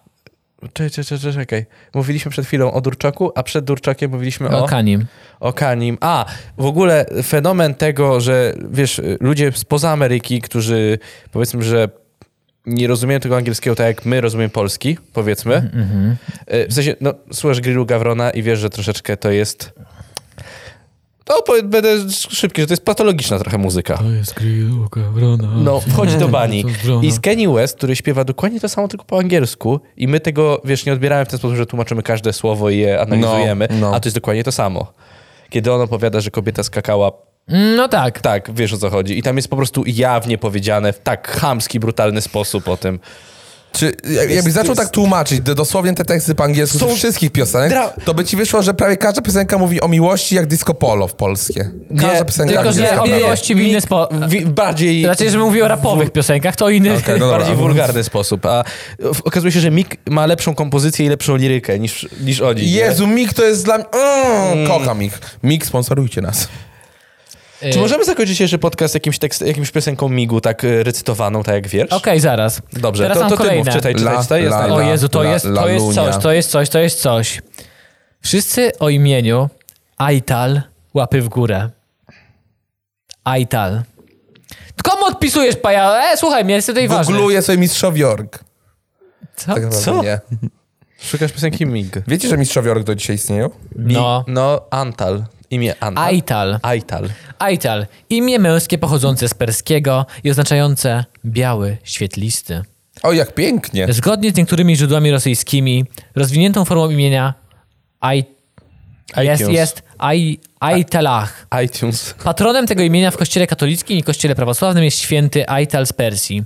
[SPEAKER 3] Czekaj, czekaj, czekaj, czekaj. Mówiliśmy przed chwilą o Durczaku, a przed Durczakiem mówiliśmy
[SPEAKER 1] O
[SPEAKER 3] o...
[SPEAKER 1] No, Kanim.
[SPEAKER 3] O Kanim. A, w ogóle fenomen tego, że wiesz, ludzie spoza Ameryki, którzy powiedzmy, że nie rozumieją tego angielskiego tak jak my rozumiemy polski, powiedzmy.
[SPEAKER 1] Mhm,
[SPEAKER 3] E, W sensie, no, słuchasz grillu Gawrona i wiesz, że troszeczkę to jest... No, powie- będę szybki, że to jest patologiczna trochę muzyka.
[SPEAKER 1] To jest grill, kabrona.
[SPEAKER 3] No,
[SPEAKER 2] Mm.
[SPEAKER 3] wchodzi do bani. I
[SPEAKER 2] no.
[SPEAKER 3] z Kanye West, który śpiewa dokładnie to samo, tylko po angielsku i my tego, wiesz, nie odbieramy w ten sposób, że tłumaczymy każde słowo i je analizujemy,
[SPEAKER 2] No, no.
[SPEAKER 3] a to jest dokładnie to samo. Kiedy on opowiada, że kobieta skakała,
[SPEAKER 1] No tak.
[SPEAKER 3] tak, wiesz o co chodzi. I tam jest po prostu jawnie powiedziane w tak chamski, brutalny sposób o tym.
[SPEAKER 2] Czy jak- jakbyś
[SPEAKER 3] jest-
[SPEAKER 2] zaczął tak tłumaczyć do- dosłownie te teksty po angielsku
[SPEAKER 3] Są-
[SPEAKER 2] z wszystkich piosenek,
[SPEAKER 3] Dra-
[SPEAKER 2] to by ci wyszło, że prawie każda piosenka mówi o miłości jak disco polo w polskie. Każda
[SPEAKER 3] Nie,
[SPEAKER 2] piosenka
[SPEAKER 1] Tylko, że
[SPEAKER 2] angielska.
[SPEAKER 1] o miłości w inny sposób.
[SPEAKER 3] Wi- bardziej...
[SPEAKER 1] Znaczy, że mówił o rapowych piosenkach, to inny.
[SPEAKER 2] Okej, no dobra.
[SPEAKER 3] bardziej wulgarny sposób, a w- okazuje się, że Mick ma lepszą kompozycję i lepszą lirykę niż, niż oni. nie?
[SPEAKER 2] Jezu, Mik to jest dla mnie... Mm, kocham ich. Mik, sponsorujcie nas.
[SPEAKER 1] Y,
[SPEAKER 3] Czy możemy zakończyć jeszcze podcast jakimś, tekst, jakimś piosenką Migu, tak e, recytowaną, tak jak wiersz?
[SPEAKER 1] E, Okej, zaraz.
[SPEAKER 3] Dobrze,
[SPEAKER 1] Teraz
[SPEAKER 3] to,
[SPEAKER 1] mam
[SPEAKER 3] to ty mów,
[SPEAKER 1] kolejne.
[SPEAKER 3] czytaj, czytaj,
[SPEAKER 2] La,
[SPEAKER 3] czytaj. Jest
[SPEAKER 2] la,
[SPEAKER 3] na-
[SPEAKER 2] la.
[SPEAKER 1] O Jezu, to
[SPEAKER 2] la-
[SPEAKER 1] jest, to jest
[SPEAKER 2] lalunia.
[SPEAKER 1] coś, to jest coś, to jest coś. Wszyscy o imieniu Aital łapy w górę. Aital. Komu odpisujesz, paja? E, słuchaj, mnie jest tutaj ważny.
[SPEAKER 2] Googluję sobie Mistrzow Jork.
[SPEAKER 1] Co?
[SPEAKER 2] Tak naprawdę
[SPEAKER 3] co?
[SPEAKER 2] nie.
[SPEAKER 3] Szukasz piosenki Mig.
[SPEAKER 2] Wiecie, że Mistrzow Jork do dzisiaj istnieją?
[SPEAKER 1] No.
[SPEAKER 3] No, Antal. Imię Antal.
[SPEAKER 1] Aital.
[SPEAKER 3] Aital.
[SPEAKER 1] Aital. Imię męskie pochodzące z perskiego i oznaczające biały, świetlisty.
[SPEAKER 2] O, jak pięknie.
[SPEAKER 1] Zgodnie z niektórymi źródłami rosyjskimi, rozwiniętą formą imienia Ai... jest,
[SPEAKER 3] iTunes.
[SPEAKER 1] jest Ai... Aitalach.
[SPEAKER 3] iTunes.
[SPEAKER 1] Tak. Patronem tego imienia w kościele katolickim i kościele prawosławnym jest święty Aital z Persji.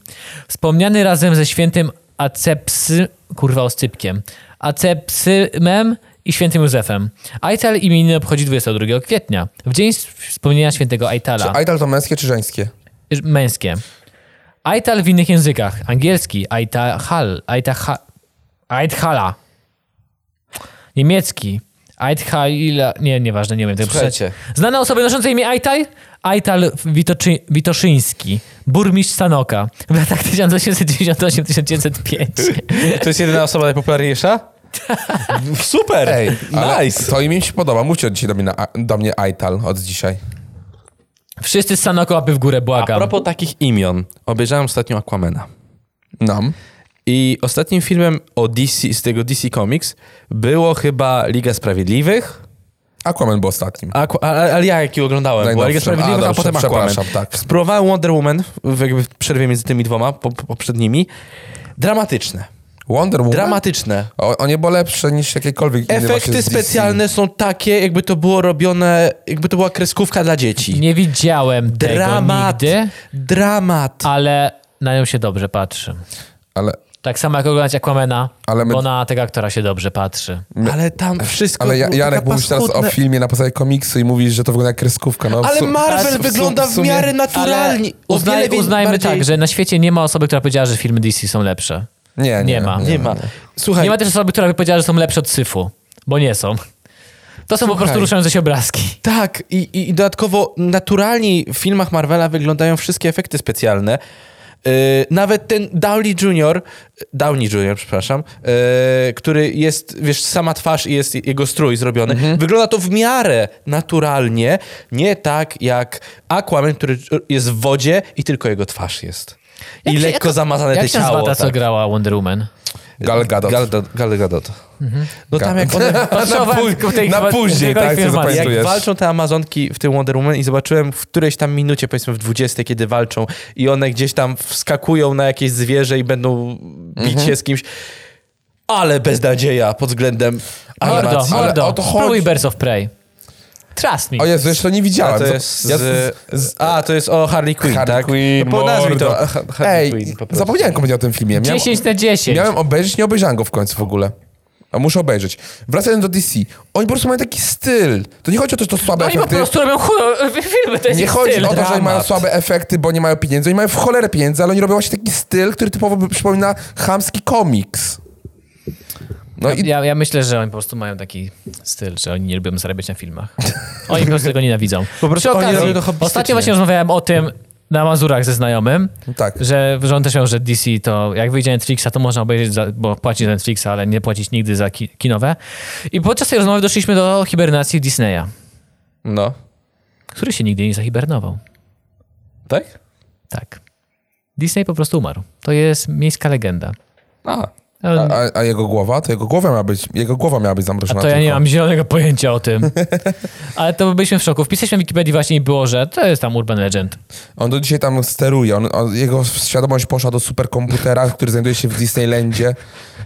[SPEAKER 1] Wspomniany razem ze świętym Acepsy... Kurwa, oscypkiem. Acepsymem i świętym Józefem. Aital imieniny obchodzi 22 kwietnia, w dzień wspomnienia świętego Aitala.
[SPEAKER 2] Idol to męskie czy żeńskie?
[SPEAKER 1] Męskie. Aital w innych językach. Angielski. Aitahal. Aitaha, Aithala. Niemiecki. Aithalila. Nie, nieważne, nie wiem tego
[SPEAKER 3] Słuchajcie.
[SPEAKER 1] przeczytać. Znane osoby noszące imię Aital? Aital Witoczy, Witoszyński. Burmistrz Sanoka. W latach 1898-1905.
[SPEAKER 3] To jest jedyna osoba najpopularniejsza? Super!
[SPEAKER 2] ale
[SPEAKER 3] nice!
[SPEAKER 2] To imię mi się podoba. Mówcie od dzisiaj do mnie, na, do mnie Aital od dzisiaj.
[SPEAKER 1] Wszyscy z Sanoko łapy w górę,
[SPEAKER 3] A
[SPEAKER 1] błagam.
[SPEAKER 3] propos takich imion, obejrzałem ostatnio Aquamana.
[SPEAKER 2] Nam.
[SPEAKER 3] I ostatnim filmem o DC, z tego DC Comics było chyba Liga Sprawiedliwych.
[SPEAKER 2] Aquaman był ostatnim.
[SPEAKER 3] Aqua, ale, ale ja jaki oglądałem, była Liga
[SPEAKER 2] Najnowszym.
[SPEAKER 3] Sprawiedliwych,
[SPEAKER 2] A,
[SPEAKER 3] a,
[SPEAKER 2] dobrze,
[SPEAKER 3] potem Aquaman.
[SPEAKER 2] przepraszam, tak.
[SPEAKER 3] Spróbowałem Wonder Woman w, jakby w przerwie między tymi dwoma po, po, poprzednimi. Dramatyczne.
[SPEAKER 2] Wonder Woman?
[SPEAKER 3] Dramatyczne.
[SPEAKER 2] o, o nie było lepsze niż jakiekolwiek inny właśnie z
[SPEAKER 3] Efekty
[SPEAKER 2] DC.
[SPEAKER 3] specjalne są takie, jakby to było robione, jakby to była kreskówka dla dzieci.
[SPEAKER 1] Nie widziałem tego
[SPEAKER 3] Dramat.
[SPEAKER 1] nigdy,
[SPEAKER 3] Dramat.
[SPEAKER 1] ale na nią się dobrze patrzy.
[SPEAKER 2] Ale
[SPEAKER 1] Tak samo jak oglądać Aquamena,
[SPEAKER 2] Ale my-
[SPEAKER 1] bo na tego aktora się dobrze patrzy.
[SPEAKER 3] Ale tam wszystko
[SPEAKER 2] Ale ja,
[SPEAKER 3] było
[SPEAKER 2] Janek
[SPEAKER 3] taka
[SPEAKER 2] mówisz teraz o
[SPEAKER 3] paskudne.
[SPEAKER 2] filmie na podstawie komiksu i mówisz, że to wygląda jak kreskówka. No, w
[SPEAKER 3] Ale
[SPEAKER 2] su-
[SPEAKER 3] Marvel
[SPEAKER 2] w su- w
[SPEAKER 3] wygląda w,
[SPEAKER 2] sumie-
[SPEAKER 3] miarę naturalnie. O
[SPEAKER 1] Uznaj,
[SPEAKER 3] wiele wie-
[SPEAKER 1] uznajmy
[SPEAKER 3] bardziej-
[SPEAKER 1] tak, że na świecie nie ma osoby, która powiedziała, że filmy DC są lepsze.
[SPEAKER 2] Nie, nie,
[SPEAKER 1] Nie ma.
[SPEAKER 3] Nie ma. Słuchaj,
[SPEAKER 1] Nie ma też osoby, która by powiedziała, że są lepsze od syfu, bo nie są. To są po prostu ruszające się obrazki.
[SPEAKER 3] tak. I, i, I dodatkowo naturalnie w filmach Marvela wyglądają wszystkie efekty specjalne. Yy, nawet ten Downey Jr., Downey Jr., przepraszam, yy, który jest, wiesz, sama twarz i jest jego strój zrobiony,
[SPEAKER 1] Mhm.
[SPEAKER 3] wygląda to w miarę naturalnie, nie tak jak Aquaman, który jest w wodzie i tylko jego twarz jest. I
[SPEAKER 1] Jak się-
[SPEAKER 3] lekko zamazane
[SPEAKER 1] Jak
[SPEAKER 3] te
[SPEAKER 1] się nazywa
[SPEAKER 3] ciało.
[SPEAKER 1] ta, co
[SPEAKER 3] tak.
[SPEAKER 1] grała Wonder Woman?
[SPEAKER 2] Gal Gadot.
[SPEAKER 3] Gal, Gal Gadot. No tam jak one...
[SPEAKER 2] na,
[SPEAKER 1] Patrzę w tej-
[SPEAKER 2] później, na
[SPEAKER 1] w tej- w tej
[SPEAKER 2] później, tak, co
[SPEAKER 1] informacji.
[SPEAKER 3] Jak
[SPEAKER 2] zapamiętujesz.
[SPEAKER 3] walczą te Amazonki w tym Wonder Woman i zobaczyłem w którejś tam minucie, powiedzmy w 20, kiedy walczą i one gdzieś tam wskakują na jakieś zwierzę i będą bić się z kimś. Ale beznadzieja pod względem
[SPEAKER 1] Mordo,
[SPEAKER 3] animacji.
[SPEAKER 2] ale
[SPEAKER 1] mordo.
[SPEAKER 2] o to chodzi.
[SPEAKER 1] Spróbuj Birds of Prey. Trust me.
[SPEAKER 2] O Jezu, jeszcze nie widziałem.
[SPEAKER 3] A to
[SPEAKER 2] Co-
[SPEAKER 3] jest
[SPEAKER 2] ja
[SPEAKER 3] tak, z, A, to jest o Harley Quinn,
[SPEAKER 2] Harley
[SPEAKER 3] tak?
[SPEAKER 2] Quinn,
[SPEAKER 3] no, po nazwij to.
[SPEAKER 2] mordo.
[SPEAKER 3] Ha- Harley
[SPEAKER 2] Ej,
[SPEAKER 3] Quinn, po prostu.
[SPEAKER 2] zapomniałem kompletnie o tym filmie. Miałem,
[SPEAKER 1] 10 na 10.
[SPEAKER 2] miałem obejrzeć, nie obejrzałem go w końcu w ogóle. A muszę obejrzeć. Wracając do DC. Oni po prostu mają taki styl. To nie chodzi o to, że to słabe
[SPEAKER 1] No oni po
[SPEAKER 2] efekty.
[SPEAKER 1] prostu robią chuj, filmy, to jest
[SPEAKER 2] Nie
[SPEAKER 1] ich
[SPEAKER 2] chodzi
[SPEAKER 1] styl.
[SPEAKER 2] o to, że oni mają
[SPEAKER 3] dramat.
[SPEAKER 2] słabe efekty, bo nie mają pieniędzy. Oni mają w cholerę pieniędzy, ale oni robią właśnie taki styl, który typowo by- przypomina chamski komiks. No i
[SPEAKER 1] Ja, ja myślę, że oni po prostu mają taki styl, że oni nie lubią zarabiać na filmach. Oni po prostu tego nienawidzą.
[SPEAKER 3] Po prostu
[SPEAKER 1] Przy
[SPEAKER 3] oni
[SPEAKER 1] okazji,
[SPEAKER 3] robią to hobbystycznie.
[SPEAKER 1] ostatnio właśnie rozmawiałem o tym na Mazurach ze znajomym,
[SPEAKER 2] tak.
[SPEAKER 1] że, że on też miał, że DC to jak wyjdzie Netflixa, to można obejrzeć, za, bo płaci za Netflixa, ale nie płacić nigdy za ki, kinowe. I podczas tej rozmowy doszliśmy do hibernacji Disneya,
[SPEAKER 3] No.
[SPEAKER 1] który się nigdy nie zahibernował.
[SPEAKER 3] Tak?
[SPEAKER 1] Tak. Disney po prostu umarł. To jest miejska legenda.
[SPEAKER 3] A.
[SPEAKER 2] A, a- a jego głowa? To jego głowa miała być, jego głowa miała być
[SPEAKER 1] A
[SPEAKER 2] zamrożona.
[SPEAKER 1] to ja nie
[SPEAKER 2] tylko.
[SPEAKER 1] mam zielonego pojęcia o tym. Ale to byliśmy w szoku. Wpisaliśmy w Wikipedii właśnie i było, że to jest tam urban legend.
[SPEAKER 2] On do dzisiaj tam steruje. On, on, jego świadomość poszła do superkomputera, który znajduje się w Disneylandzie,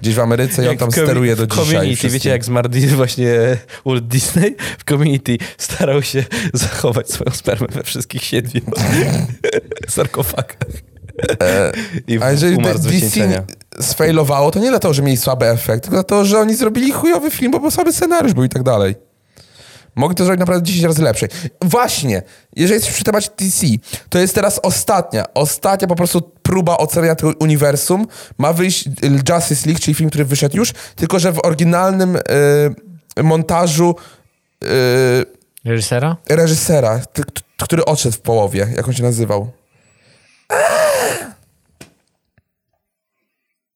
[SPEAKER 2] gdzieś w Ameryce i on tam
[SPEAKER 3] w comi-
[SPEAKER 2] steruje do
[SPEAKER 3] w
[SPEAKER 2] dzisiaj.
[SPEAKER 3] Community,
[SPEAKER 2] wszystkim.
[SPEAKER 3] wiecie jak zmarł Dis- właśnie e, Walt Disney? W Community starał się zachować swoją spermę we wszystkich siedmiu sarkofagach. I
[SPEAKER 2] E, A jeżeli
[SPEAKER 3] umarł z
[SPEAKER 2] D-
[SPEAKER 3] wycieńczenia.
[SPEAKER 2] DC sfejlowało, to nie dlatego, że mieli słaby efekt, tylko dlatego, że oni zrobili chujowy film, bo był słaby scenariusz był i tak dalej. Mogli to zrobić naprawdę 10 razy lepszej. Właśnie, jeżeli jesteś przy temacie DC, to jest teraz ostatnia, ostatnia po prostu próba ocenia tego uniwersum. Ma wyjść y, Justice League, czyli film, który wyszedł już, tylko że w oryginalnym y, montażu y,
[SPEAKER 1] Reżysera?
[SPEAKER 2] reżysera, ty, t- który odszedł w połowie, jak on się nazywał.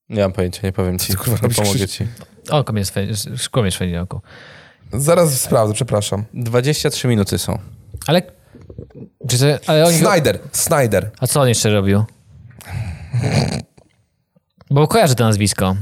[SPEAKER 3] Nie mam pojęcia, nie powiem ci.
[SPEAKER 2] kurwa
[SPEAKER 3] nie
[SPEAKER 2] robisz
[SPEAKER 3] pomogę
[SPEAKER 2] krzyż?
[SPEAKER 3] ci.
[SPEAKER 1] Oko mnie swe- szkło mnie szwędziałku.
[SPEAKER 2] Zaraz sprawdzę, przepraszam.
[SPEAKER 3] 23 minuty są.
[SPEAKER 1] Ale... Czy to, ale oni go,
[SPEAKER 2] Snyder, Snyder.
[SPEAKER 1] a co on jeszcze robił? Bo kojarzę to nazwisko.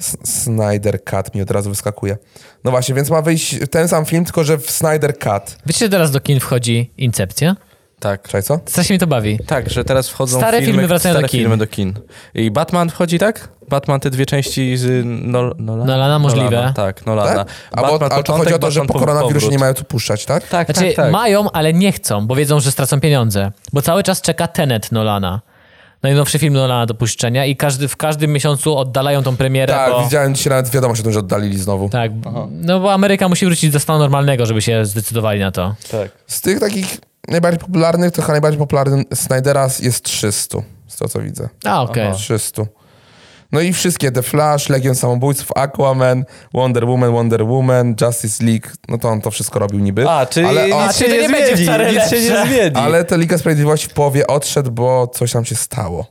[SPEAKER 2] S- Snyder Cut mi od razu wyskakuje. No właśnie, więc ma wyjść ten sam film, tylko że w Snyder Cut.
[SPEAKER 1] Wiecie, że teraz do kin wchodzi Incepcja?
[SPEAKER 3] Tak.
[SPEAKER 2] Czekaj, co?
[SPEAKER 1] Strasznie mi to bawi.
[SPEAKER 3] Tak, że teraz wchodzą
[SPEAKER 1] Stare filmy wracają
[SPEAKER 3] stare
[SPEAKER 1] do kin.
[SPEAKER 3] filmy do kin. I Batman wchodzi, tak? Batman te dwie części z y, Nol- Nolana?
[SPEAKER 1] Nolana możliwe.
[SPEAKER 3] Nolana, tak, Nolana.
[SPEAKER 2] Tak? Albo,
[SPEAKER 3] Batman
[SPEAKER 2] albo to chodzi o to, że
[SPEAKER 3] Batman
[SPEAKER 2] po
[SPEAKER 3] powrót.
[SPEAKER 2] koronawirusie nie mają tu puszczać, tak?
[SPEAKER 3] Tak,
[SPEAKER 1] Znaczy
[SPEAKER 3] tak, tak.
[SPEAKER 1] mają, ale nie chcą, bo wiedzą, że stracą pieniądze. Bo cały czas czeka Tenet Nolana. Najnowszy film Nolana do puszczenia i każdy, w każdym miesiącu oddalają tą premierę,
[SPEAKER 2] Tak,
[SPEAKER 1] bo...
[SPEAKER 2] widziałem dzisiaj nawet wiadomość o tym, że oddalili znowu.
[SPEAKER 1] Tak, no bo Ameryka musi wrócić do stanu normalnego, żeby się zdecydowali na to.
[SPEAKER 3] tak.
[SPEAKER 2] Z tych takich najbardziej popularnych, to chyba najbardziej popularny Snydera jest 300, z tego co widzę.
[SPEAKER 1] A,
[SPEAKER 3] E.
[SPEAKER 1] okej.
[SPEAKER 2] 300. No i wszystkie, The Flash, Legion Samobójców, Aquaman, Wonder Woman, Wonder Woman, Justice League, no to on to wszystko robił niby.
[SPEAKER 3] A, czyli
[SPEAKER 2] ale,
[SPEAKER 3] nic
[SPEAKER 2] on,
[SPEAKER 1] czyli
[SPEAKER 3] się
[SPEAKER 1] to
[SPEAKER 3] nie,
[SPEAKER 1] nie będzie
[SPEAKER 3] zmieni,
[SPEAKER 1] wcale
[SPEAKER 3] nic się nie
[SPEAKER 1] lepsze.
[SPEAKER 3] zmieni.
[SPEAKER 2] Ale ta Liga Sprawiedliwości w połowie odszedł, bo coś tam się stało.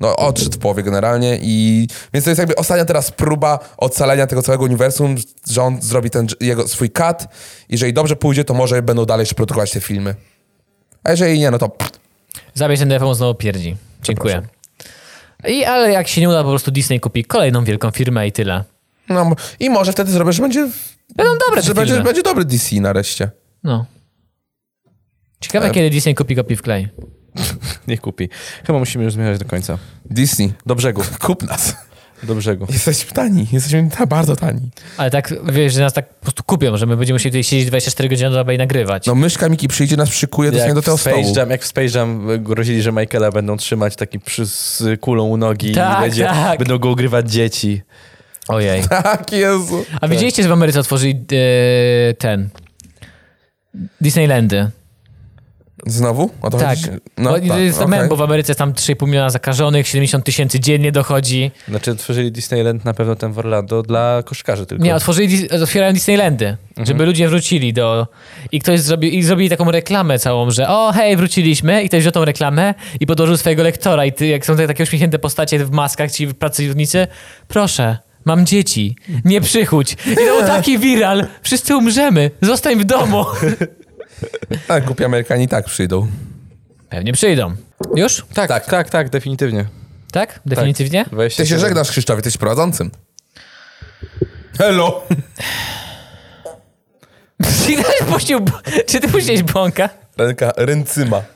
[SPEAKER 2] No, odszedł w połowie generalnie i... Więc to jest jakby ostatnia teraz próba ocalenia tego całego uniwersum, że on zrobi ten jego swój cut. Jeżeli dobrze pójdzie, to może będą dalej jeszcze produkować te filmy. A jeżeli nie, no to... pff,
[SPEAKER 1] Zabierz ten telefon, znowu pierdzi. Dziękuję. I, ale jak się nie uda, po prostu Disney kupi kolejną wielką firmę i tyle.
[SPEAKER 2] No, I może wtedy zrobię, że będzie...
[SPEAKER 1] Będą dobre
[SPEAKER 2] Że
[SPEAKER 1] te
[SPEAKER 2] będzie,
[SPEAKER 1] filmy.
[SPEAKER 2] będzie dobry DC nareszcie.
[SPEAKER 1] No.
[SPEAKER 2] E.
[SPEAKER 1] Ciekawe, kiedy Disney kupi kopi w klej.
[SPEAKER 3] Nie kupi. Chyba musimy już zmierzać do końca.
[SPEAKER 2] Disney,
[SPEAKER 3] Do brzegu.
[SPEAKER 2] kup nas.
[SPEAKER 3] do brzegu.
[SPEAKER 2] Jesteśmy tani, jesteśmy ta, bardzo tani.
[SPEAKER 1] Ale tak, wiesz, że nas tak po prostu kupią, że my będziemy musieli tutaj siedzieć 24 godziny na dobę i nagrywać.
[SPEAKER 2] No myszka Miki przyjdzie, nas przykuje dosłownie do
[SPEAKER 3] w
[SPEAKER 2] tego
[SPEAKER 3] Space
[SPEAKER 2] stołu.
[SPEAKER 3] Jam, jak w Space Jam y, grozili, że Michaela będą trzymać taki przy, z kulą u nogi
[SPEAKER 1] Tak,
[SPEAKER 3] i będzie,
[SPEAKER 1] tak.
[SPEAKER 3] będą go ogrywać dzieci.
[SPEAKER 1] Ojej.
[SPEAKER 2] Tak, Jezu.
[SPEAKER 1] A widzieliście, że w Ameryce otworzyli e, ten... Disneylandy.
[SPEAKER 2] Znowu? O to
[SPEAKER 1] tak.
[SPEAKER 2] chodzi?
[SPEAKER 1] No, bo, jest to
[SPEAKER 2] okej.
[SPEAKER 1] mem, bo w Ameryce jest tam 3,5 miliona zakażonych, 70 tysięcy dziennie dochodzi.
[SPEAKER 3] Znaczy otworzyli Disneyland na pewno ten w Orlando dla koszkarzy tylko.
[SPEAKER 1] Nie, otworzyli, dis- otwierają Disneylandy, żeby ludzie wrócili do... I ktoś zrobił, i zrobili taką reklamę całą, że o, hej, wróciliśmy, i ktoś wziął tą reklamę i podłożył swojego lektora i ty, jak są te takie uśmiechnięte postacie w maskach, ci pracownicy, proszę, mam dzieci, nie przychódź. I to był taki viral, wszyscy umrzemy, zostań w domu.
[SPEAKER 2] Tak, głupi Amerykanie i tak przyjdą.
[SPEAKER 1] Pewnie przyjdą. Już?
[SPEAKER 3] tak, tak, tak, tak, definitywnie.
[SPEAKER 1] Tak? Definitywnie?
[SPEAKER 2] Ty się żegnasz, Krzysztofie, ty jesteś prowadzącym. Hello!
[SPEAKER 1] Czy ty puścił, czy ty puściłeś bąka?
[SPEAKER 2] Ręka, ręcyma.